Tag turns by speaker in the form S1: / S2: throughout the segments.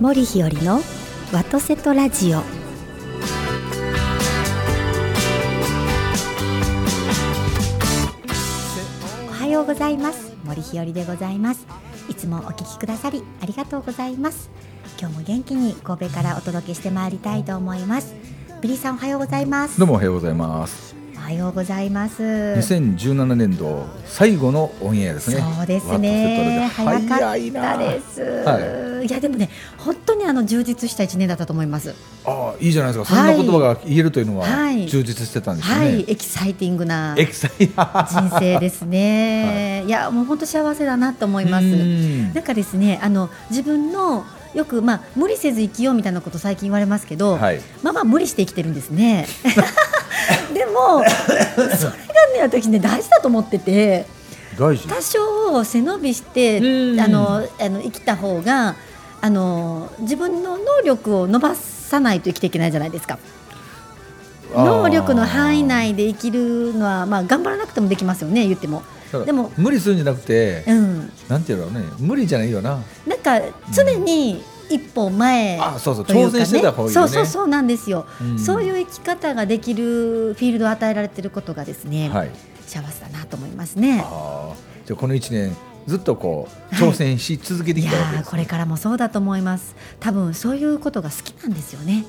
S1: 森日和のワトセトラジオおはようございます森日和でございますいつもお聞きくださりありがとうございます今日も元気に神戸からお届けしてまいりたいと思いますブリさんおはようございます
S2: どうもおはようございます。
S1: おはようございます
S2: 2017年度最後のオンエアですね。
S1: そうですね。
S2: ワ
S1: 早
S2: ットセ
S1: か
S2: トル
S1: っ
S2: で早い
S1: た
S2: な。
S1: です。、
S2: はい
S1: やでもね、本当にあの充実した一年だったと思います。
S2: ああ、いいじゃないですか。そんな言葉が言えるというのは
S1: はい
S2: 充実してたんですよ
S1: は
S2: ね。
S1: い、エキサイティングな
S2: エキサイア。
S1: 人生ですね。い、やもう本当幸せだなと思います。
S2: うん
S1: なんかですね、あの自分のよくまあ無理せず生きようみたいなこと最近言われますけど、
S2: はい。
S1: まあまあ無理して生きてるんです ね。でもそれがね私ね大事だと思ってて。
S2: 大事。
S1: 多少背伸びして
S2: うん
S1: あのあの生きた方があの自分の能力を伸ばさないと生きていけないじゃないですか能力の範囲内
S2: で。
S1: で生きるのは、まあ、頑張らなくてもできますよね言っても、
S2: だから
S1: でも
S2: 無理するんじゃなくて
S1: う、ん、
S2: なんていうのね、無理じゃないよな。
S1: なんか常に一歩前
S2: あ、そうそう。
S1: という
S2: 挑
S1: かね
S2: 戦してた方がいい
S1: そう
S2: よね。
S1: そうそうなんですよ、
S2: うん
S1: そういう生き方ができるフィールドを与えられてることがですね、
S2: はい。
S1: 幸せだなと思いますね。
S2: ああ、じゃあこの一年ずっとこう
S1: はい
S2: 挑戦し続けて
S1: い
S2: き
S1: や
S2: たわけで
S1: ー
S2: す
S1: これ
S2: ね。
S1: からもそうだと思います多分そういうことが好きなんですよね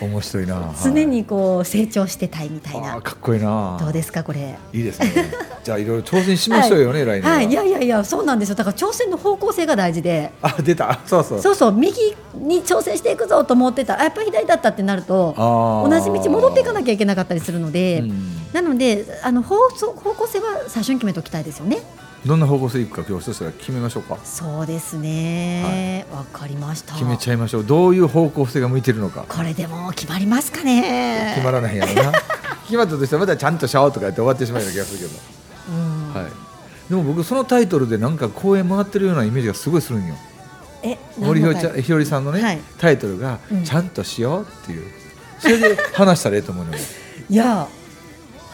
S2: 面白いな。はい
S1: 常にこう成長してたいみたい
S2: ああ
S1: な
S2: かっこいいな。
S1: どうですかこれ
S2: いいですね。 じゃあいろいろ挑戦しましょうよね、来年は。
S1: はいいやいやいやそうなんですよだから挑戦の方向性が大事で
S2: あ出た。そうそう。
S1: そうそう右に挑戦していくぞと思ってたあやっぱり左だったってなると
S2: あ
S1: 同じ道戻っていかな
S2: き
S1: きゃいけなかったりするので、なのであの方そう方向性は最初に決めておきたいですよね
S2: どんな方向性いくか今日一つら決めましょうか。
S1: そうですねわ、かりました
S2: 決めちゃいましょう。どういう方向性が向いてるのか。
S1: これでも決まりますかね
S2: 決まらないやろな。 決まったとしてまたちゃんとしゃおうとか言って終わってしまうような気がするけ
S1: うん
S2: ど。はい。でも僕そのタイトルでなんか公演回ってるようなイメージがすごいするんよ。
S1: え
S2: 森ひ
S1: 何
S2: よ
S1: の
S2: ちゃんひよりさんのね、
S1: はい
S2: タイトルが
S1: うん
S2: ちゃんとしようっていう。それで話したらええと思うのよ。
S1: いや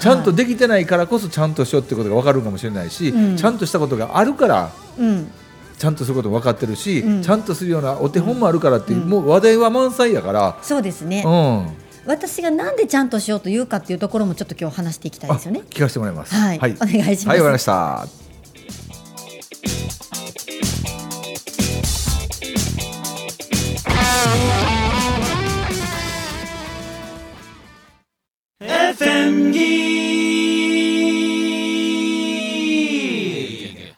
S2: ちゃんとできてないからこそちゃんとしようってことが分かるかもしれないし、
S1: うん
S2: ちゃんとしたことがあるから
S1: うん
S2: ちゃんとすることも分かってるし、
S1: うん
S2: ちゃんとするようなお手本もあるからっていう、
S1: うん
S2: もう話題は満載やから、
S1: そうですね、
S2: うん
S1: 私がなんでちゃんとしようというかっていうところもちょっと今日話していきたい
S2: あ
S1: ですよね。
S2: 聞かせてもらいます。
S1: はい、
S2: はい、
S1: お願いします。
S2: はいわかりました。
S3: FM Geek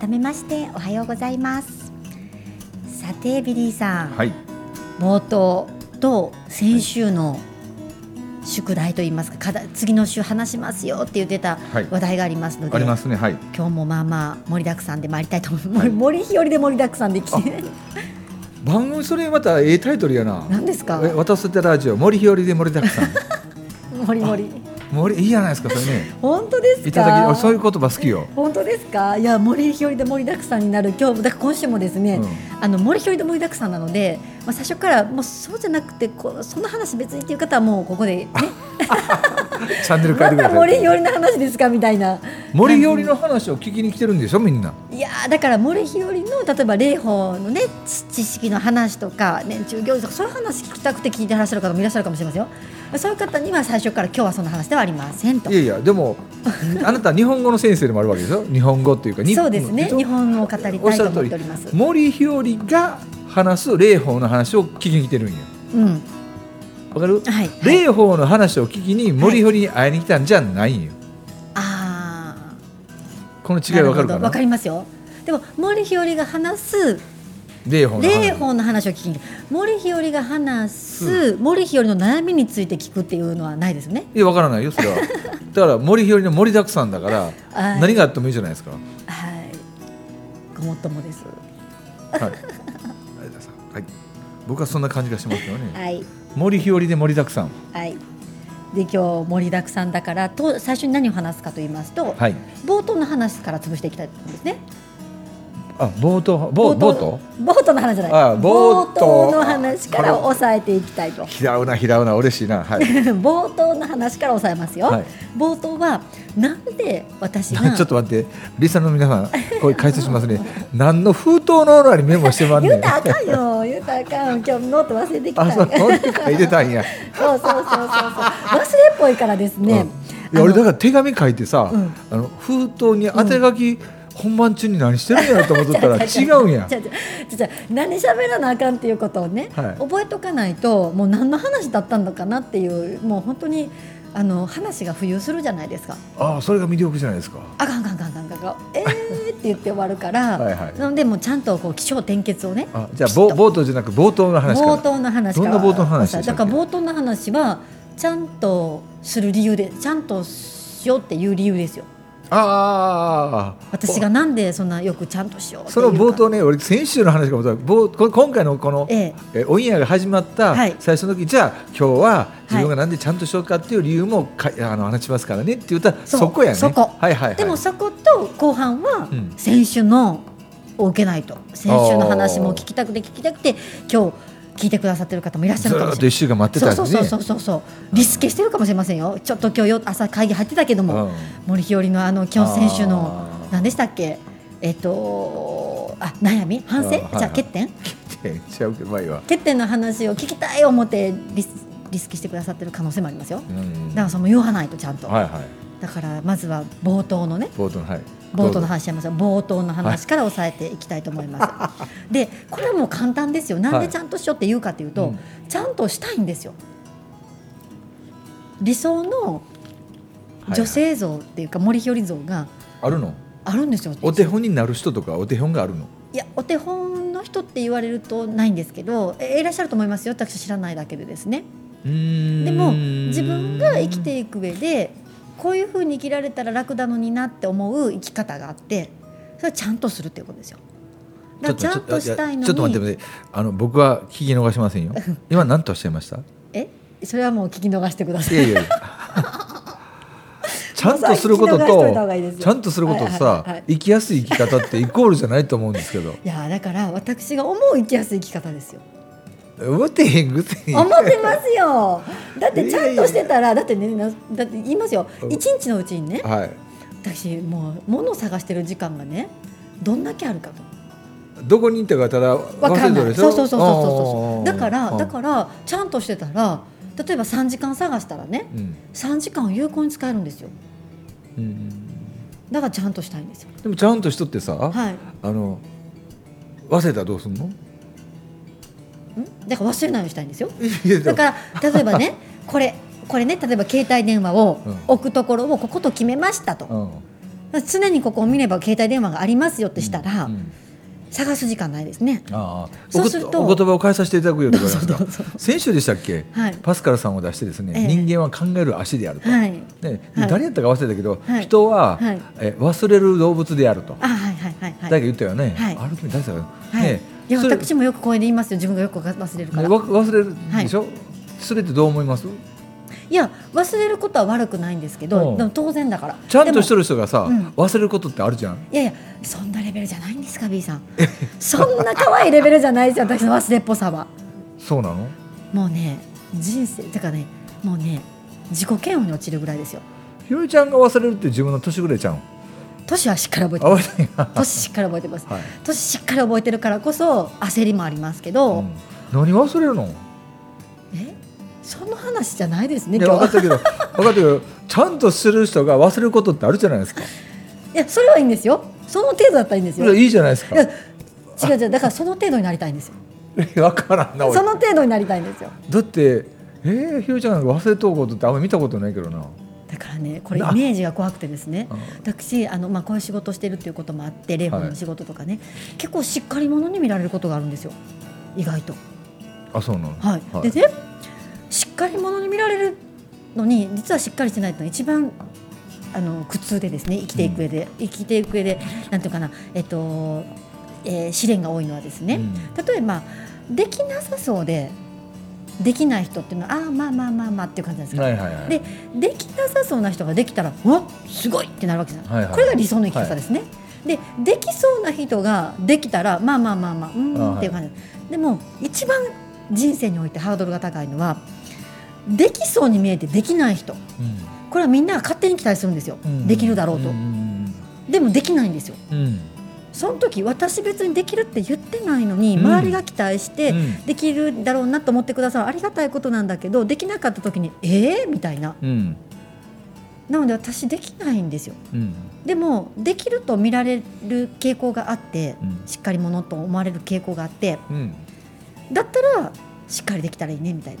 S1: 改めましておはようございます。さてビリーさん、
S2: はい、
S1: 冒頭と先週の宿題といいますか課題次の週話しますよって言ってた
S2: はい
S1: 話題がありますので、
S2: ありますね。はい。
S1: 今日もまあまあ盛りだくさんで参りたいと思います。
S2: はい
S1: 森日和で盛りだくさんできて
S2: 番組それまたええタイトルやな。
S1: 何ですか
S2: え渡すてラジオ森ひよりで森田 さん。
S1: 森森
S2: 森いいじゃないですかそれね。
S1: 本当ですか
S2: いただきあそういう言葉好きよ。
S1: 本当ですかいや森ひよりで盛りだくさんになる今日もだから今週もですね、
S2: うん
S1: あの森ひよりで盛りだくさんなので、まあ、最初からもうそうじゃなくてこうその話別にっていう方はもうここ で、ね、
S2: チャンネル変え
S1: ま
S2: てくだ
S1: だ
S2: さい。
S1: 森ひよりの話ですかみたいな
S2: 森ひよりの話を聞きに来てるんでしょみんな。
S1: いやーだから森ひよりの例えば霊法のね知知識の話とか年中行事とかそういう話聞きたくて聞いてらっしゃる方もいらっしゃるかもしれませんよそういう方には最初から今日はその話ではありませんと
S2: いやいやでもあなたは日本語の先生でもあるわけでしょ日本語っていうかに
S1: そうですね
S2: うん
S1: 日本を語りたい
S2: おっしゃ
S1: と
S2: る通
S1: 思っ
S2: り
S1: ております
S2: 森ひよりが話す霊法の話を聞きに来てるんや
S1: うん
S2: わかる
S1: はい
S2: 霊法の話を聞きに森ひよりに会いに来たんじゃないんよ
S1: ああ
S2: この違いわかるか
S1: わ
S2: な
S1: かりますよでも森ひよりが話す
S2: 霊法の話
S1: 霊法の話を聞きに森ひよりが話す森ひよりの悩みについて聞くっていうのはないですよね
S2: いやわからないよそれはだから森ひよりの盛りだくさんだから
S1: はい
S2: 何があってもいいじゃないですかはい
S1: はいごもっともです
S2: ありがとうございますはい僕はそんな感じがしますよね
S1: はい
S2: 森ひよりで盛りだくさん
S1: はいで今日盛りだくさんだからと最初に何を話すかと言いますと、
S2: はい
S1: 冒頭の話から潰していきたいと思うんですね。
S2: あボートボボート
S1: ボートの話じゃない
S2: あボー
S1: 冒
S2: ト
S1: 頭の話から抑えていきたい と
S2: 平うな平うな嬉しいなはい、
S1: 冒頭の話から抑えますよ、
S2: はい
S1: 冒頭はなんで私が
S2: ちょっと待ってリスナーの皆さんこれ解説しますね何の封筒の裏にメモしてまんね
S1: 言うんたらあかんよ言うたらあかん今日ノート忘れてきた
S2: あそう
S1: そう
S2: 本当に書いてたんや
S1: そうそうそうそう忘れっぽいからですね、
S2: うんいや俺だから手紙書いてさ、
S1: うん
S2: あの封筒に当て書き、本番中に何してるんやろと思っと ったら違うんや
S1: 違う違う違う違う何喋らなあかんっていうことをね、
S2: はい
S1: 覚えとかないともう何の話だったのかなっていうもう本当にあの話が浮遊するじゃないですか
S2: ああそれが魅力じゃないですか
S1: あかんあかんあかんあかんあかんえーって言って終わるから
S2: はいはい
S1: なのでもうちゃんとこう起承転結をね
S2: あじゃあ
S1: き
S2: ボ
S1: っと
S2: ボートじゃなく冒頭の話から
S1: 冒頭の話から
S2: どんな冒頭の話でし
S1: だ
S2: たっけ
S1: から冒頭の話はちゃんとする理由でちゃんとしようっていう理由ですよ
S2: ああ
S1: 私がなんでそんなよくちゃんとしようって
S2: そ
S1: いうか
S2: の冒頭ね俺先週の話かもそうだぼうこ今回のこの、え
S1: ええ
S2: オンエアが始まった
S1: はい
S2: 最初の時、じゃあ今日は自分がなんでちゃんとしようかっていう理由もかあの話しますからねって言ったら
S1: そう
S2: そこやね
S1: そこ
S2: はいはいはい、
S1: でもそこと後半は
S2: うん
S1: 先週のを受けないと先週の話も聞きたくて聞きたくて今日聞いてくださってる方もいらっし
S2: ず
S1: ゃるか
S2: ー
S1: も
S2: っ
S1: し
S2: と
S1: れな
S2: 1
S1: い。
S2: 週間待ってたん
S1: そう
S2: です
S1: そう
S2: ね
S1: そうそうそうそうリスケしてるかもしれませんよちょっと今日よ朝会議入ってたけども、
S2: うん
S1: 森日和のあの今日先週の
S2: あー
S1: 何でしたっけえっとあ悩み反省
S2: あーはいはい
S1: じゃあ欠点
S2: ええちゃうけどまあいいわ
S1: 欠点の話を聞きたい思ってリスリスケしてくださってる可能性もありますよだ
S2: うん
S1: からその言わないとちゃんと、
S2: はいはい
S1: だからまずは冒頭のね
S2: ボートのはい
S1: 冒頭の話しちゃいますよ冒頭の話から抑えていきたいと思います、 でこれはもう簡単ですよなんでちゃんとしようって言うかというと、
S2: うん
S1: ちゃんとしたいんですよ理想の
S2: はい
S1: 女性像っていうか森ひより像が
S2: あるの
S1: あるんですよ、
S2: お手本になる人とかお手本があるの
S1: いやお手本の人って言われるとないんですけどえいらっしゃると思いますよ私は知らないだけでですねで
S2: で
S1: も自分が生きていく上でこういうふうに生きられたら楽なのになって思う生き方があってそれはちゃんとするっていうことですよ。だからちゃんとしたいのに
S2: ちょっと待って待ってあの僕は聞き逃しません よ今何とおっしゃいました
S1: えそれはもう聞き逃してくださ
S2: い
S1: い。
S2: や いやいやちゃんとすること
S1: もうそれ聞き逃しといた方
S2: と
S1: がいいですよ
S2: ちゃんとすることと
S1: はい
S2: さ
S1: はいはい
S2: 生きやすい生き方ってイコールじゃないと思うんですけ ど
S1: いやだから私が思う生きやすい生き方ですよ。
S2: うてへんぐてへん
S1: 思ってますよ。だってちゃんとしてたらだってねなだって言いますよ
S2: うん
S1: 一日のうちにね
S2: はい
S1: 私もう物を探してる時間がねどんだけあるかと。
S2: どこに行ったかただ
S1: わかんない。そうそうそうそうそうそう。だからだからちゃんとしてたら例えば3時間探したらね
S2: らうん
S1: 3時間を有効に使えるんですよ。
S2: うんうん
S1: だからちゃんとしたいんですよ。
S2: でもちゃんとしとってさ
S1: はい。
S2: あの忘れたらどうすんの
S1: んだから忘れないようにしたいんですよ。
S2: いや
S1: だから例えばね これこれね例えば携帯電話を
S2: うん
S1: 置くところをここと決めましたと、
S2: うん
S1: 常にここを見れば携帯電話がありますよってしたら、
S2: うん
S1: 探す時間ないですね。
S2: ああ
S1: そうすると
S2: お言お言葉を変えさせていただくようでございます
S1: どうぞどうぞ
S2: が先週でしたっけ、
S1: はい
S2: パスカルさんを出してですね、
S1: ええ
S2: 人間は考える足であると、
S1: はい。
S2: ね
S1: はい
S2: 誰やったか忘れたけど、
S1: はい
S2: 人は、
S1: はい
S2: え忘れる動物であると、
S1: あはいはいはいはい。
S2: 誰か言ったよね、
S1: はい
S2: ある時誰だよ、
S1: はい。
S2: ね
S1: いや
S2: それ
S1: 私もよく公園で言いますよ自分がよく忘れるか
S2: ね
S1: ら。
S2: わ忘れるでしょ、それってどう思います
S1: いや忘れることは悪くないんですけ
S2: う
S1: ど
S2: ん
S1: でも当然だから。
S2: ちゃんとし
S1: で
S2: て
S1: も
S2: る人がさ、
S1: うん
S2: 忘れることってあるじゃん
S1: いやいやそんなレベルじゃないんですか B さんそんな可愛いレベルじゃない ですよ私の忘れっぽさは
S2: そうなの
S1: もうね人生てかねもうね自己嫌悪に落ちるぐらいですよ
S2: ひろりちゃんが忘れるって自分の年ぐらいちゃうん
S1: 年はしっかり覚えて
S2: あ
S1: ま
S2: 忘
S1: す
S2: れない
S1: 年しっかり覚えてます
S2: はい、
S1: 年しっかり覚えてるからこそ焦りもありますけど、
S2: うん何忘れるの
S1: えその話じゃないですね
S2: い
S1: 今
S2: や
S1: 日
S2: 分か
S1: は
S2: ったけど分かったけどちゃんとする人が忘れることってあるじゃないですか
S1: いやそれはいいんですよその程度だったらいいんです
S2: そ
S1: よ
S2: れ
S1: い
S2: いいじゃないですか
S1: や違う違うだからその程度になりたいんですよ
S2: 分からんな俺
S1: その程度になりたいんですよ
S2: だってえー、ひろちゃんが忘れとうことってあんまり見たことないけどな
S1: だからねこれイ
S2: な
S1: メージが怖くてですね
S2: うん
S1: 私あの、まあ、こういう仕事してるっていうこともあって霊本の仕事とかね、結構しっかり者に見られることがあるんですよ意外と。
S2: あそうなの
S1: はい
S2: はい
S1: でねしっかり者に見られるのに実はしっかりしてないというのは一番あの苦痛でですね生きていく上で、生きていく上でなんていうかな、えっとえー試練が多いのはですね、
S2: うん
S1: 例えばできなさそうでできない人っていうのはああまあまあまあまあっていう感じなんですか、
S2: はいはいはい。
S1: でできなさそうな人ができたらわっすごいってなるわけじゃない、
S2: はいはい
S1: これが理想の生き方ですね、でできそうな人ができたらまあまあまあまあう
S2: あ
S1: ー
S2: は
S1: ん
S2: い
S1: っていう感じ、でも一番人生においてハードルが高いのはできそうに見えてできない人これはみんなが勝手に期待するんですよ、
S2: うん
S1: できるだろうと、
S2: ん
S1: でもできないんですよ
S2: うんうん
S1: その時私別にできるって言ってないのに
S2: うん
S1: 周りが期待して、
S2: うん
S1: できるだろうなと思ってくださるありがたいことなんだけどできなかった時にえー、みたいな
S2: うん
S1: なので私できないんですよ
S2: うん
S1: でもできると見られる傾向があって
S2: うん
S1: しっかり者と思われる傾向があって
S2: うん。
S1: だったらしっかりできたらいいねみたいな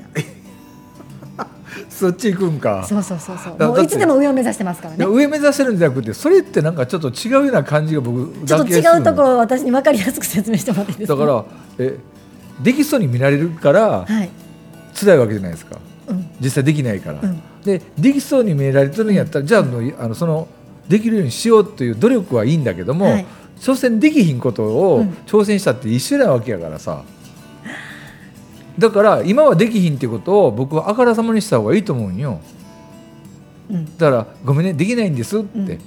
S2: そっち行くんか。
S1: そうそうそうそう
S2: だ
S1: も
S2: だ
S1: う
S2: って
S1: いつでも上を目指してますから
S2: いや
S1: ね
S2: 上目指してるんじゃなくてそれってなんかちょっと違うような感じが僕
S1: ちょっ
S2: だ
S1: と
S2: け
S1: 違
S2: する
S1: うところを私に分かりやすく説明してもらっていいです
S2: だ
S1: か
S2: からえできそうに見られるから
S1: はい
S2: 辛いわけじゃないですか
S1: うん
S2: 実際できないから、
S1: うん
S2: でできそうに見られてるんやったら、じゃあもうあのそのできるようにしようという努力はいいんだけども、
S1: はい
S2: 挑戦できひんこと
S1: う
S2: を
S1: ん
S2: 挑戦したって一緒なわけやからさ、だから今はできひんってことを僕はあからさまにした方がいいと思うんよ
S1: うん
S2: だから「ごめんねできないんです」って、
S1: うん
S2: って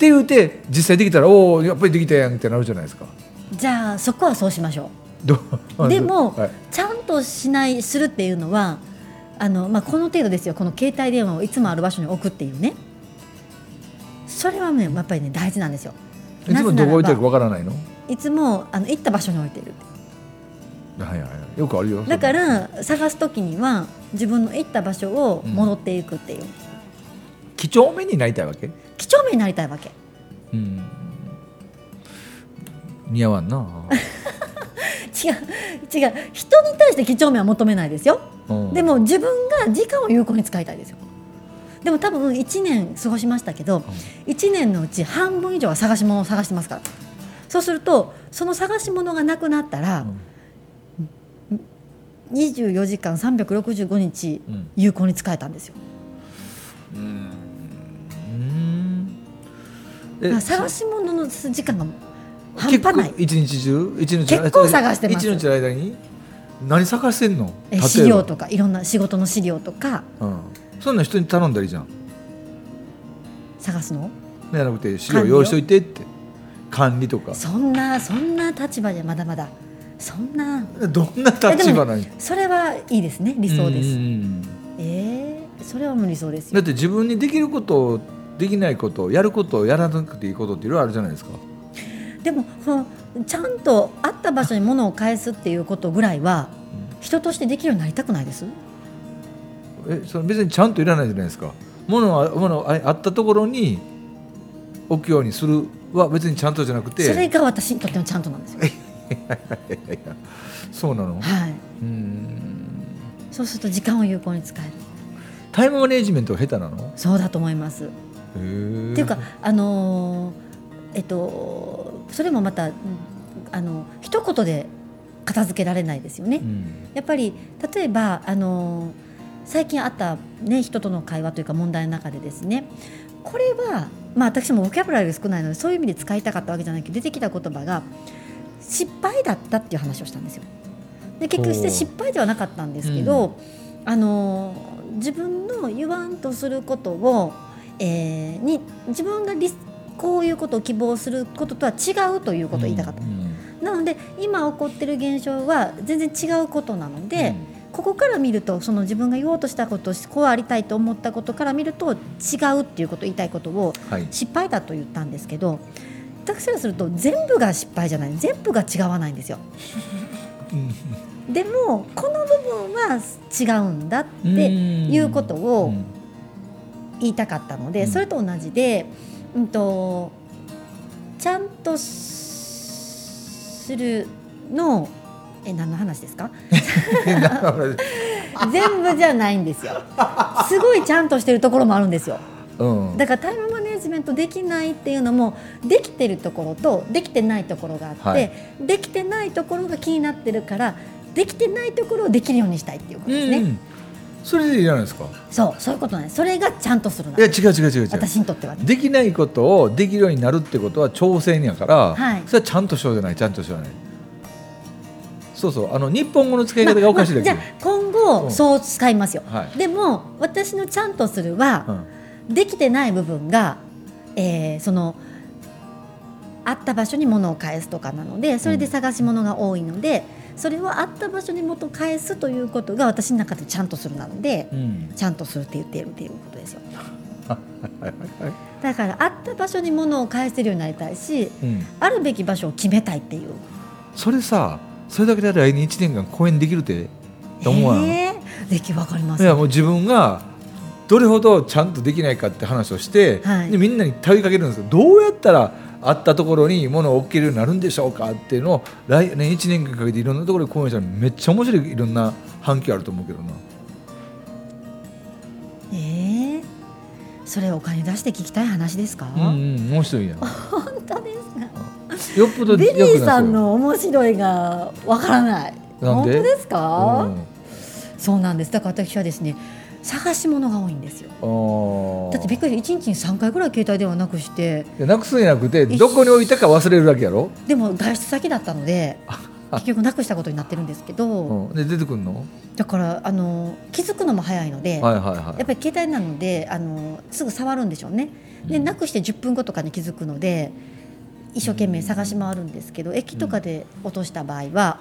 S2: 言うて実際できたら「おおやっぱりできたやん」ってなるじゃないですか。
S1: じゃあそこはそうしましょう
S2: ど う
S1: でも、
S2: はい
S1: ちゃんとしないするっていうのはあの、まあ、この程度ですよこの携帯電話をいつもある場所に置くっていうねそれはねやっぱりね大事なんですよ
S2: いつもどこ置いてるかわからないの
S1: いつもあの行った場所に置いてる
S2: はいはいはいよくあるよ
S1: だか
S2: そんな
S1: ら探す時には自分の行った場所を戻っていくっていう、
S2: 几帳面になりたいわけ
S1: 几帳面になりたいわけ
S2: うん似合わん な、
S1: 違う違う人に対して几帳面は求めないですよ
S2: うん
S1: でも自分が時間を有効に使いたいですよでも多分1年過ごしましたけど、1年のうち半分以上は探し物を探してますからそうするとその探し物がなくなったら、24時間365日
S2: うん
S1: 有効に使えたんですよ、
S2: うんえ
S1: だから探し物の時間が半
S2: 結
S1: 端
S2: 構
S1: ない
S2: 一日中一日
S1: 結構探してます
S2: 一日の間に何探してんの
S1: え資料とかいろんな仕事の資料とか
S2: か、うん、そんな人に頼んだらいいじゃん
S1: 探すの
S2: じゃなくて資料用意しといてって管理とか
S1: そんなそんな立場でまだまだそんな
S2: どんな立場なん
S1: それはいいですね理想です、
S2: んんうん
S1: えーそれはもう理想です
S2: だっ
S1: よ
S2: て自分にできることをできないことをやることをやらなくていいことっていろいろあるじゃないですか。
S1: でもそのちゃんとあった場所に物を返すっていうことぐらいは人としてできるようになりたくないです
S2: えその別にちゃんといらないじゃないですか。物は物はああったところに置くようにするは別にちゃんとじゃなくて
S1: それが私にとってのちゃんとなんですよ
S2: そうなの、
S1: はい
S2: うん
S1: そうすると時間を有効に使える
S2: タイムマネジメントが下手なの
S1: そうだと思います
S2: ってい
S1: っていうかあのーえっとそれもまたうんあの一言で片付けられないですよね、
S2: うん
S1: やっぱり例えばあの最近あった、ね、人との会話というか問題の中でですねこれは、まあ、私もボキャブラリーが少ないのでそういう意味で使いたかったわけじゃないけど出てきた言葉が失敗だったっていう話をしたんですよ。で結局して
S2: ほう
S1: 失敗ではなかったんですけど、あの自分の言わんとすることを、えーに自分がリスこういうことを希望することとは違うということを言いたかった
S2: うん
S1: なので今起こってる現象は全然違うことなので、
S2: うん
S1: ここから見るとその自分が言おうとしたことこうありたいと思ったことから見ると違うっていうこと言いたいことを
S2: はい
S1: 失敗だと言ったんですけど私からすると全部が失敗じゃない全部が違わないんですよ。でもこの部分は違うんだっていうことを
S2: うん
S1: 言いたかったので、
S2: うん
S1: それと同じで、うん、とちゃんとするのえ何の話ですか全部じゃないんです よすごいちゃんとしてるところもあるんですよ
S2: うん
S1: だからタイムマネジメントできないっていうのもできてるところとできてないところがあって、
S2: はい
S1: できてないところが気になってるからできてないところをできるようにしたいっていうことですね、
S2: うんそれでいいじゃないですか。
S1: そうそういうことなんですそれがちゃんとするない
S2: や違う違う違う違う。
S1: 私にとってはね
S2: できないことをできるようになるってことは挑戦やから、
S1: はい
S2: それはちゃんとしようじゃないちゃんとしようじゃないそうそうあの日本語の使い方がおかしいだけ、
S1: まあまあじゃあ今後
S2: う
S1: も
S2: ん
S1: そう使いますよ、
S2: はい
S1: でも私のちゃんとするは、
S2: うん
S1: できてない部分が、えーそのあった場所に物を返すとかなのでそれで探し物が多いので、それをあった場所に元返すということが私の中でちゃんとするなので、
S2: うん
S1: ちゃんとするって言っているっていうことですよ。だからあった場所に物を返せるようになりたいし
S2: うん、
S1: あるべき場所を決めたいっていう。
S2: それさそれだけで来年1年間公演できるってと思わん、
S1: えーできわかります
S2: いやもう自分がどれほどちゃんとできないかって話をして、
S1: はい
S2: でみんなに問いかけるんですよどうやったらあったところに物を置けるようになるんでしょうかっていうのを来年1年間かけていろんなところで公演したらめっちゃ面白いいろんな反響あると思うけどな
S1: えーそれお金出して聞きたい話ですか、
S2: うんうん面 白いやん
S1: 本当ですか
S2: よっぽど
S1: ベリ
S2: よく
S1: ーさん
S2: な
S1: の面白いがわからない。
S2: なん
S1: 本
S2: で
S1: 当です
S2: う
S1: か、
S2: ん
S1: そうなんです。だから私はですね、探し物が多いんですよ。
S2: あー
S1: だってびっくり、一日に三回ぐらい携帯ではなくして、
S2: いやなくすんじゃなくてどこに置いたか忘れるだけやろ、
S1: でも外出先だったので、結局なくしたことになってるんですけ
S2: う
S1: ど、
S2: ん、で出てくるの
S1: だからあの気づくのも早いので、
S2: はいはいは
S1: やっぱり携帯なのであのすぐ触るんでしょうね。で
S2: うん
S1: なくして10分後とかに気づくので一生懸命探し回るんですけど駅とかで落とした場合は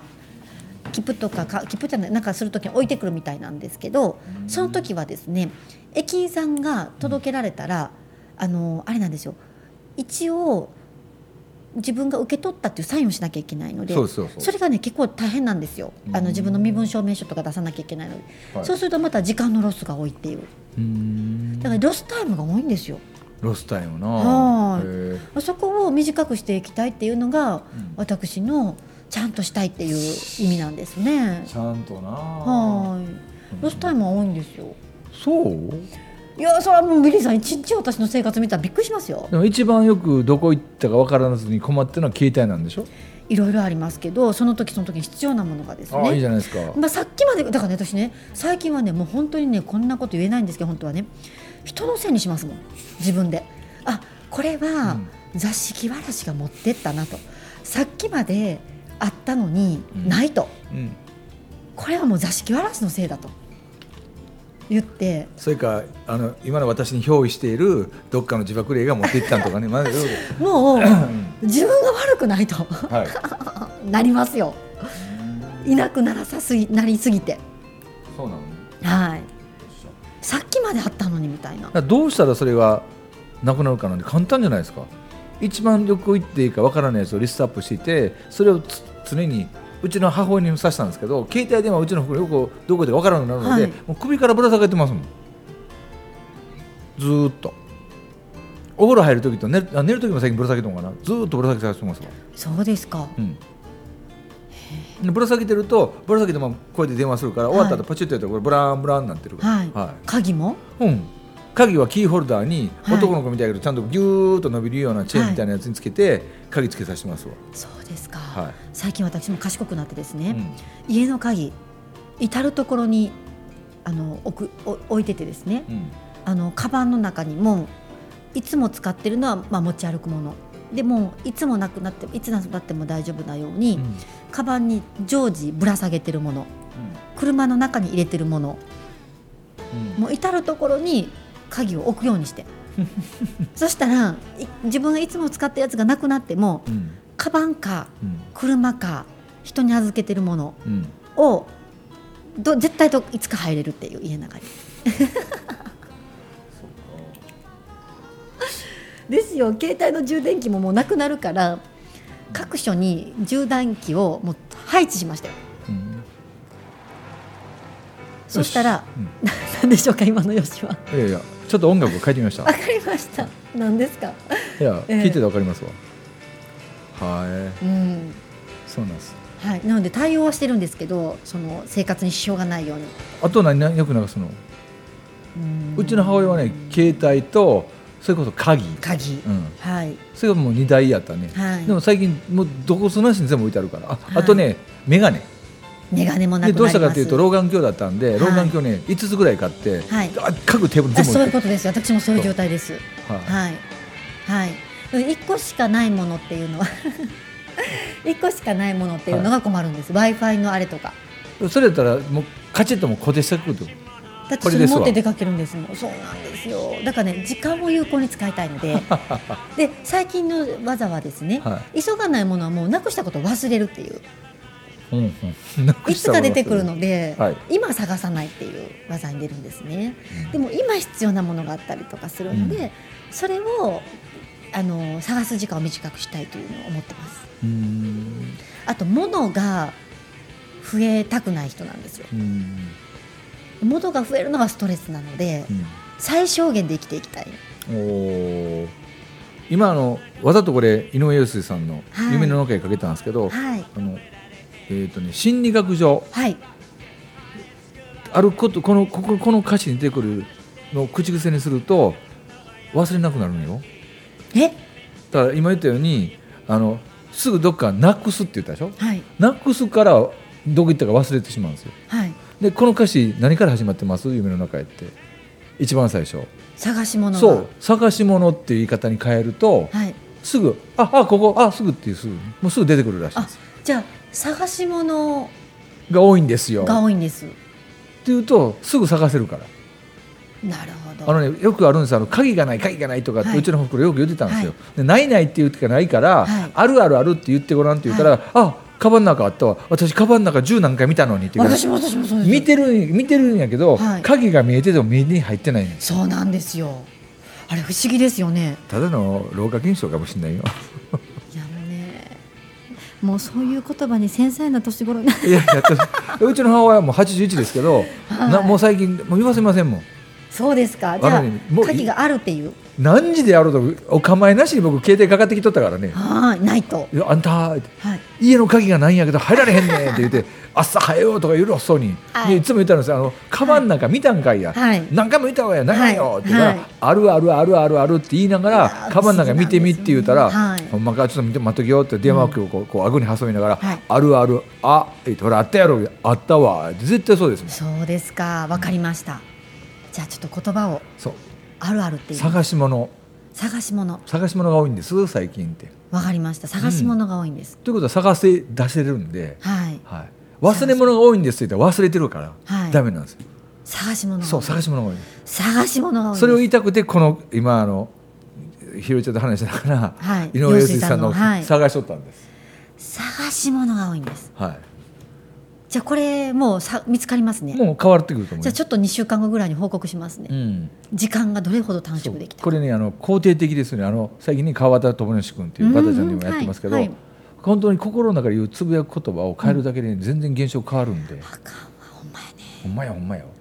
S1: 切符とかか切符じゃないなんかする時に置いてくるみたいなんですけどその時はですね駅員さんが届けられたらあのあれなんですよ一応自分が受け取ったっていうサインをしなきゃいけないの
S2: い
S1: で
S2: そうそうそう
S1: それがね結構大変なんですよあ
S2: うん
S1: の自分の身分証明書とか出さなきゃいけないので、
S2: はい
S1: そうするとまた時間のロスが多いっていう
S2: うーん
S1: だからロスタイムが多いんですよ。
S2: ロスタイムな
S1: はい
S2: へ
S1: そこを短くしていきたいっていうのが
S2: えうん
S1: 私のちゃんとしたいっていう意味なんですね。
S2: ちゃんとな
S1: はーい。ロスタイムは多いんですよ。
S2: そう
S1: いやそれはもうビリーさん一日私の生活見たらびっくりしますよ
S2: で。も一番よくどこ行ったか分からずに困ってるのは携帯なんでしょ、
S1: いろいろありますけどその時その時に必要なものがです
S2: ああいい
S1: ね。
S2: じゃないですか、
S1: まあさっきまでだからね私ね最近はねもう本当にねこんなこと言えないんですけど本当はね人のせいにしますもん自分で。あこれは雑誌木原氏が持ってったなとさっきまであったのにないと。
S2: うん、
S1: これはもう座敷わらしのせいだと言って
S2: それかあの今の私に憑依しているどっかの自爆霊が持って行ったんとかねまだどうぞ
S1: もう
S2: うん
S1: 自分が悪くないと
S2: はい
S1: なりますよいなくならさすぎなりすぎて
S2: そうなのね
S1: はいさっきまであったのにみたいな
S2: だからどうしたらそれがなくなるかなんて簡単じゃないですか一番旅行行っていいか分からないやつをリストアップしていてそれをつ常にうちの母親にさしたんですけど携帯電話うちの袋よくどこで分からなくなるので、
S1: はい
S2: もう首からぶら下げてますもんずーっとお風呂入る時と寝るあ寝る時も最近ぶら下げてるのかなずーっとぶら下げてますわ
S1: そうですか
S2: うんでぶら下げてるとぶら下げてまあこうやって電話するから終わった後
S1: はい
S2: パチッとやったらこれブランブランになってるから、
S1: はい
S2: はい、
S1: 鍵も
S2: うん、鍵はキーホルダーに
S1: はい
S2: 男の子みたいだけどちゃんとギューッと伸びるようなチェーンみたいなやつにつけて鍵つけさせてますわ、
S1: そうですか、
S2: はい
S1: 最近私も賢くなってです
S2: う
S1: ね、
S2: ん
S1: 家の鍵至る所にあの置くお置いててですね
S2: うん
S1: あのカバンの中にもいつも使ってるのは、まあ、持ち歩くものでもいつもなくなっていつなくなっても大丈夫なように、
S2: うん
S1: カバンに常時ぶら下げてるもの車の中に入れてるもの
S2: うん
S1: もう至る所に鍵を置くようにして そしたらい自分がいつも使ってるやつがなくなっても
S2: うん
S1: カバンか
S2: うん
S1: 車か人に預けてるもの
S2: うん
S1: をど絶対といつか入れるっていう家の中に。 ですよ携帯の充電器ももうなくなるから各所に充電器をもう配置しましたよ
S2: うん
S1: そしたら
S2: うん
S1: 何でしょうか今のよしはわ
S2: いやいやちょっと音楽を変えてみました
S1: かりました何ですか
S2: いや
S1: ええ
S2: 聞いてて分かりますわ、はい
S1: うん
S2: そうなんです
S1: はいなので対応はしてるんですけどその生活に支障がないように
S2: あと何何よく流すの
S1: うん
S2: うちの母親はね携帯とそれこそ鍵、
S1: 鍵
S2: うん、
S1: はい
S2: それがもう2台やったね、
S1: はい
S2: でも最近もうどこそなしに全部置いてあるからあ,、あとね眼鏡
S1: 眼鏡もな
S2: で
S1: く
S2: どう
S1: な
S2: した
S1: り
S2: か
S1: ま
S2: とい
S1: す
S2: うと老眼鏡だったんで
S1: い
S2: 老眼鏡ね5つぐらい買って、
S1: はい
S2: あ各テーブル
S1: あ
S2: 全部
S1: そういう
S2: 置
S1: こ
S2: い
S1: とです私もそういう状態です
S2: てはい
S1: はいはい一個しかないもの っていうのは一個しかないものっていうのが困るんです、w i f i のあれとか
S2: それやったらもうカチッともう固定してくると
S1: だって
S2: こ
S1: そ
S2: れ
S1: れ
S2: ですわ
S1: 持って出かけるんですもんそうなんですよだからね時間を有効に使いたいの でで最近の技はですね、
S2: は
S1: 急がないものはもうなくしたことを忘れるっていう
S2: うんうん、
S1: いつか出てくるので、
S2: はい
S1: 今探さないっていう技に出るんですね、でも今必要なものがあったりとかするので、
S2: う
S1: それをあの探す時間を短くしたいというのを思ってます
S2: うん
S1: あと物が増えたくない人なんですよ
S2: うん
S1: 物が増えるのがストレスなので、
S2: うん
S1: 最小限で生きていきたい
S2: おー今あのわざとこれ井上陽水さんの
S1: はい
S2: 「夢の中へかけたんですけど、
S1: はい
S2: あのえーとね、心理学上
S1: はい
S2: あることこのこここの歌詞に出てくるのを口癖にすると忘れなくなるのよ
S1: え
S2: だから今言ったようにあのすぐどっかなくすって言ったでしょ
S1: はい
S2: なくすからどこ行ったか忘れてしまうんですよ
S1: はい
S2: でこの歌詞何から始まってます夢の中へって一番最初
S1: 探し物が
S2: そう探し物っていう言い方に変えると
S1: はい
S2: すぐああここあすぐっていうすぐもうすぐ出てくるらしいん
S1: あ
S2: です
S1: じゃあ探し物
S2: が多いんですよ
S1: が
S2: っ
S1: 多いんです
S2: ていうとすぐ探せるから
S1: なるほど
S2: あのねよくあるんですあの鍵がない鍵がないとかって、
S1: はいう
S2: ちの袋よく言ってたんですよ、でないないって言うてかないから、
S1: はい
S2: あるあるあるって言ってごらんって言ったら、
S1: は
S2: あカバンの中あったわ私カバンの中10何回見たのにって言うから
S1: 私も私もそうです
S2: 見てるん見てるんやけど、
S1: はい
S2: 鍵が見えてても目に入ってないんです
S1: そうなんですよあれ不思議ですよね
S2: ただの老化現象かもしれないよ
S1: いやもうねもうそういう言葉に繊細な年頃に
S2: いやいやうちの母親も81ですけど、
S1: はい
S2: なもう最近もう言わせませんもん
S1: そうですかじゃ
S2: あ
S1: あ
S2: のねもうい
S1: 鍵があるっていう
S2: 何時でやろうとお構いなしに僕携帯かかってきとったからね
S1: はいないと
S2: 「いやあんた」って
S1: はい
S2: 家の鍵がないんやけど入られへんねん」って言って「朝早よ」とか夜遅いに、
S1: はい
S2: でいつも言ったんですよあの「カバンなんか見たんかいや、
S1: はい
S2: 何回も見たわやないよ」って言うから、
S1: はいはい
S2: あるあるあるあるある」って言いなが
S1: いや
S2: ら
S1: ー
S2: 「カバンなんか見てみ」って言うたら「
S1: そうなんですよねはい
S2: ほんまかちょっと見て待っときよ」って電話をこう,、こう顎に挟みながら「
S1: はい
S2: あるあるあえっとほらあったやろあったわ」絶対そうですもん
S1: そうですかわかりましたじゃあちょっと言葉を
S2: そう
S1: あるあるっていう
S2: 探し物
S1: 探し物
S2: 探し物が多いんです最近って。
S1: わかりました探し物が多いんです、
S2: ということは探せ出せるんで、
S1: はい
S2: はい、忘れ物が多いんですって言ったら忘れてるから、
S1: はい
S2: ダメなんですよ。
S1: 探し物が多い
S2: そう探し物が多い
S1: 探し物が多いです
S2: それを言いたくてこの今あのひろちゃんと話しながら、
S1: はい
S2: 井上陽水さんの
S1: 陽水さんのはい
S2: 探しとったんです。
S1: 探し物が多いんです
S2: は
S1: じゃあこれもうさ見つかります
S2: い、
S1: ね
S2: もう変わってくると思い
S1: じゃあ
S2: ます。
S1: ちょっと2週間後ぐらいに報告しますね、
S2: うん、
S1: 時間がどれほど短
S2: そ
S1: 縮
S2: う
S1: できた
S2: これねあの肯定的ですよねあの最近ね川端智之君っていうバタちゃんにもやってますけど、
S1: うんうんはいはい
S2: 本当に心の中で言うつぶやく言葉を変えるだけで、ね全然現象変わるんで、
S1: あかんわほんまやね
S2: ほんまやほんまやだか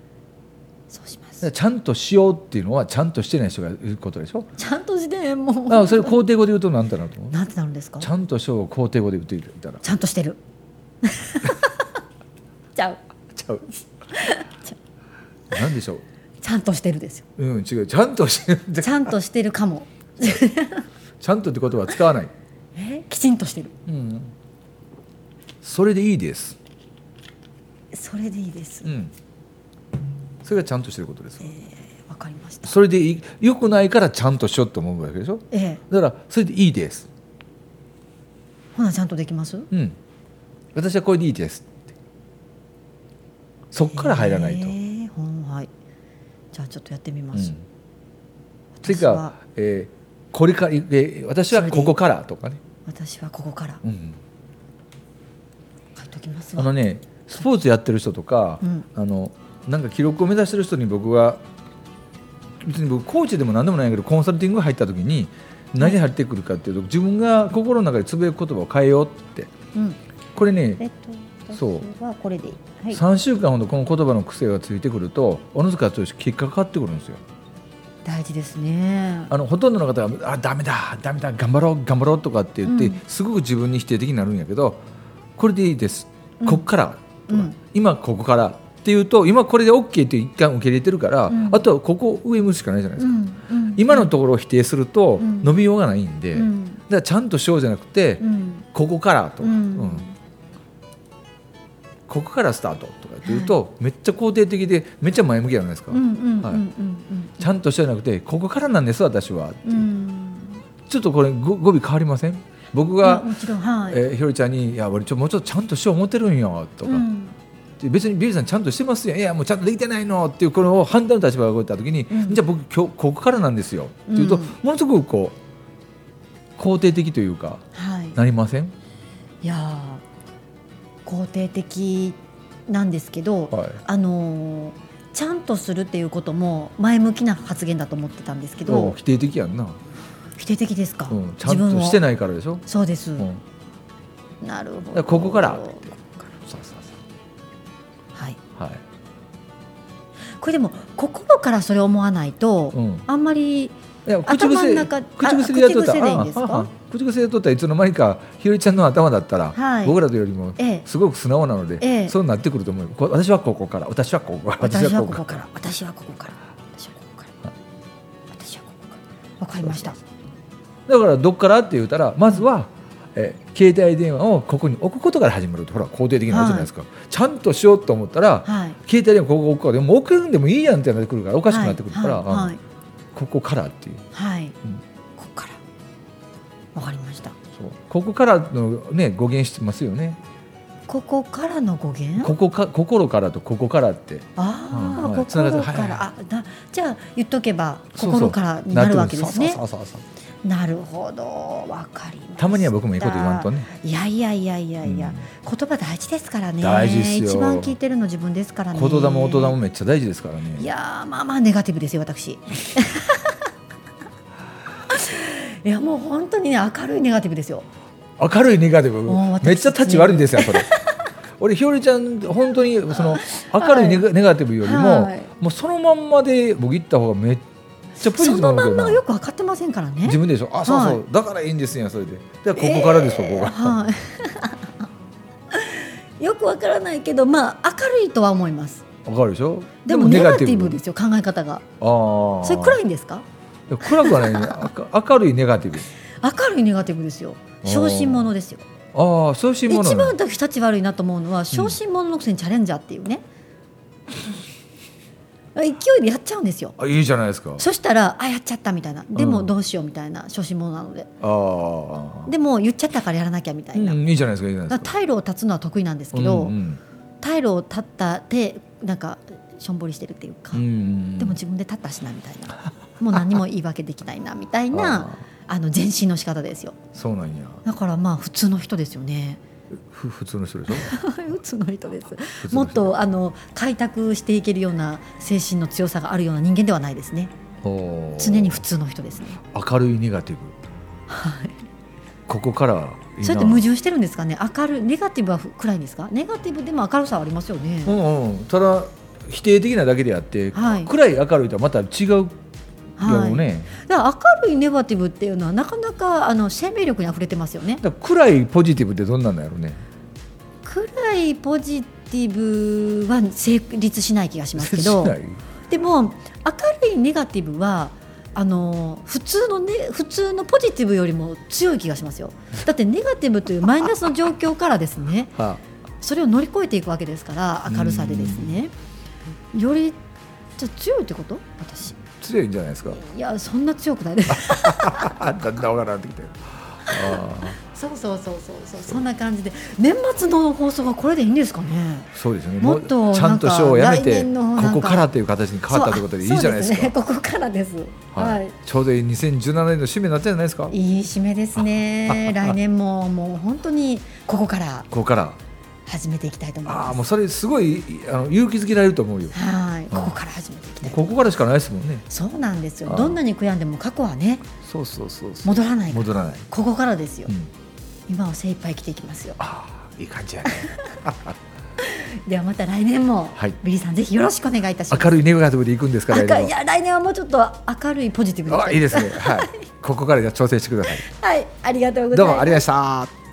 S1: そうしま
S2: ら
S1: す
S2: ちゃんとしようっていうのはちゃんとしてない人が言うことでしょ
S1: ちゃんとしてもう
S2: あそれ肯定語で言うと何だなと思う
S1: なんてなるんですか
S2: ち
S1: ちゃ
S2: ゃんとしようを肯定語で言っていたら
S1: んとして るちゃう
S2: ちゃ うなんでしょ
S1: ちゃんとしてるですよ
S2: ううん違うちゃんとし
S1: ちゃんとしてるかも
S2: ちゃんとって言葉は使わない、
S1: えきちんとしてる
S2: うん、それでいいです、
S1: それでいいです
S2: う
S1: わ、
S2: ん、それがちゃんとしてることです、
S1: かりました
S2: それでいい良くないからちゃんとしようと思うわけでしょ
S1: ええ
S2: だからそれでいいです、
S1: ほなちゃんとできます
S2: うん、私はこれでいいですってそこから入らないと、
S1: ええほんはいじゃあちょっとやってみま
S2: う
S1: す、
S2: ん、ていうか、えーこれから、えー私はここからとかね、
S1: 私はここから
S2: うん、
S1: 書いときます
S2: あ
S1: わ
S2: のねスポーツやってる人とか、
S1: うん
S2: あのなんか記録を目指してる人に僕は別に僕コーチでも何でもないけどコンサルティングが入った時に何入ってくるかっていうと自分が心の中でつぶやく言葉を変えようって
S1: うん
S2: これね
S1: っと
S2: そう
S1: 私はこれでいいはい
S2: 3週間ほどこの言葉の癖がついてくるとおのずから結果がかかってくるんですよ。
S1: 大事ですね
S2: あのほとんどの方が「あダメだダメだ頑張ろう頑張ろう」とかって言って、
S1: うん
S2: すごく自分に否定的になるんやけどこれでいいですこっから、とか
S1: うん
S2: 今ここからっていうと今これで OK って一旦受け入れてるから、
S1: うん
S2: あとはここ上向くしかないじゃないで
S1: う
S2: すか、
S1: んうん
S2: 今のところを否定すると
S1: うん
S2: 伸びようがないん
S1: う
S2: で、だか
S1: ん
S2: らちゃんとしようじゃなくて、
S1: うん
S2: ここからとか、
S1: うん
S2: うんここからスタートとかっていうと、めっちゃ肯定的でめっちゃ前向きじゃないですか、
S1: うんうんうん
S2: は
S1: う
S2: い
S1: ん
S2: ちゃんとしようじゃなくてここからなんです私はって
S1: う
S2: い
S1: んう
S2: うんちょっとこれ語語尾変わりません僕
S1: いや
S2: が、
S1: もちろんはい
S2: えーひろりちゃんに「いや俺ちょもうちょっとちゃんとしよう思ってるんよ」とか、
S1: う
S2: っ
S1: ん
S2: てって別にビリーさんちゃんとしてますやんいやもうちゃんとできてないのっていうこの判断の立場が動いた時に、
S1: うん
S2: じゃあ僕今日ここからなんですよっていうと、
S1: うん
S2: ものすごくこう肯定的というか
S1: はい、
S2: なりません、
S1: いやー肯定的なんですけど、
S2: はい、
S1: あのーちゃんとするっていうことも前向きな発言だと思ってたんですけ
S2: おう
S1: ど
S2: 否定的やんな、
S1: 否定的ですか、
S2: うん、ちゃんとして
S1: い
S2: ないからでしょ、
S1: そうです、
S2: うん、だ
S1: なるほ
S2: か
S1: ど
S2: らここからそうそう
S1: はい
S2: そうはい、
S1: これでも心からそれ思わないと、
S2: うん
S1: あんまり
S2: いや口
S1: 頭の
S2: 癖
S1: 中
S2: 口癖でやっとった
S1: あ口癖でいいんですか
S2: あああ口癖でやっとったらいつの間にかひよりちゃんの頭だったら、
S1: はい
S2: 僕らよりも
S1: ええ
S2: すごく素直なので、
S1: ええ
S2: そうなってくると思うよこ私はここから私はここから
S1: 私はここから私はここから私はここから私はここからわかりました
S2: そうだからどっからって言うたらまずは、え携帯電話をここに置くことから始まるとほら肯定的なことじゃないですか、ちゃんとしようと思ったら、
S1: はい
S2: 携帯電話ここ置くからでも置くんでもいいやんってなってくるからおかしくなってくるから、
S1: はいはい
S2: あここからっていう
S1: はい、はい
S2: うん
S1: ここからわかりました
S2: そうここからの、ね、語源してますよね
S1: ここからの語源
S2: ここか心からとここからって
S1: ああ、
S2: うんはい
S1: 心
S2: つなが
S1: か
S2: ってはいはい
S1: ら、あ、な、じゃあ、言っとけば、
S2: そうそう
S1: 心からになるわけですね
S2: なって。るそうそうそうそう
S1: なるほど、わかりました。
S2: たまには僕もいいこと言わんとね。
S1: いやいやいやいやいや、
S2: うん
S1: 言葉大事ですからね。
S2: 大事っすよ
S1: 一番聞いてるの自分ですからね。
S2: 言霊音霊もめっちゃ大事ですからね
S1: いやーまあまあネガティブですよ私 いやもう本当にね明るいネガティブですよ
S2: 明るいネガティ
S1: うん
S2: ブ
S1: 私
S2: めっちゃ立ち悪いんですよそれ俺ひよりちゃん本当にその明るいネガネガティブよりも、
S1: はい
S2: もうそのまんまで僕行った方がめっちゃプリ
S1: そ
S2: ズム
S1: の
S2: なんだ
S1: ま
S2: け
S1: ん
S2: ど
S1: ま
S2: な
S1: がよく分かってませんからね
S2: 自分でしょあそうそう、
S1: は
S2: だからいいんですよそれででここからです、
S1: えー
S2: ここから、
S1: はいよくわからない けどまあ明るいとは思います
S2: わかるでしょ
S1: でもネガティブですよ考え方が
S2: あー
S1: それ暗いんですか
S2: いや暗くはないね明明るいネガティブ
S1: 明るいネガティブですよ小心者ですよ
S2: ああそうしもの
S1: 一番私たち悪いなと思うのは小心者のくせにチャレンジャーっていうね、 勢いでやっちゃうんですよ
S2: あいいじゃないですか
S1: そしたらあやっちゃったみたいなでも
S2: うん
S1: どうしようみたいな小心者なので
S2: ああ
S1: でも言っちゃったからやらなきゃみたいな、
S2: うん、いいじゃないですかいいじゃない
S1: だ
S2: です
S1: か
S2: から
S1: 退路を断つのは得意なんですけど、
S2: うんうん
S1: 退路を断ったでなんかしょんぼりしてるっていうか、
S2: うんうん
S1: でも自分で立ったしなみたいなもう何も言い訳できないなみたい なあの前進の仕方ですよ
S2: そうなんや
S1: だからまあ普通の人ですよね
S2: ふ普通の人で しょ
S1: 普通の人です
S2: 普通
S1: も
S2: の人
S1: っとあの開拓していけるような精神の強さがあるような人間ではないですね
S2: おー
S1: 常に普通の人ですね
S2: 明るいネガティブ
S1: はい
S2: ここからいいな
S1: それって矛盾してるんですかね明るいネガティブは暗いんですかネガティブでも明るさはありますよね、
S2: うんうんただ否定的なだけであって、
S1: はい
S2: 暗い明るいとはまた違うやろうね、
S1: だから明るいネガティブっていうのはなかなかあの生命力に溢れてますよね
S2: だから暗いポジティブってどんなんだろうね
S1: 暗いポジティブは成立しない気がしますけど
S2: しない
S1: でも明るいネガティブはあの普通のね普通のポジティブよりも強い気がしますよだってネガティブというマイナスの状況からですね
S2: は
S1: それを乗り越えていくわけですから明るさでですねよりじゃあ強いってこと私
S2: 強いんじゃないですか
S1: いやそんな強くないです
S2: だんだん分からんってきてあ
S1: そうそうそうそうそうそんな感じで年末の放送はこれでいいんですかね
S2: ーそうですよね
S1: もっと
S2: うちゃんと
S1: なんか
S2: ショーをやめ
S1: 来
S2: て
S1: 年のなんか
S2: ここからという形に変わったということでいいじゃないですか
S1: そうあそうね、ここからです
S2: は
S1: はいい、
S2: ちょうどいい2017年の締めになったんじゃないですかこ
S1: いい締めです ね来年ももう本当にここから
S2: こから
S1: 始めていきたいと思い
S2: あ
S1: ま
S2: あ
S1: す
S2: もうそれすごいあの勇気づけられると思うよ
S1: はいここから始めていきたい
S2: ここからしかないですもんね
S1: そうなんですよ
S2: あー
S1: どんなに悔やんでも過去はね
S2: そうそうそうそう
S1: 戻らないから
S2: 戻らない、
S1: ここからですよ、
S2: うん、
S1: 今を精一杯生きていきますよ
S2: ああいい感じやね
S1: ではまた来年も、
S2: はい
S1: ビリーさんぜひよろしくお願いいたします
S2: 明るいネガティブでいくんですか
S1: 明
S2: ら
S1: るい
S2: 来年
S1: や来年はもうちょっと明るいポジティブ
S2: はあいい
S1: で
S2: ですねはいここからじゃあ挑戦してください
S1: はいありがとうござ
S2: ど
S1: いうます
S2: もありがとうございました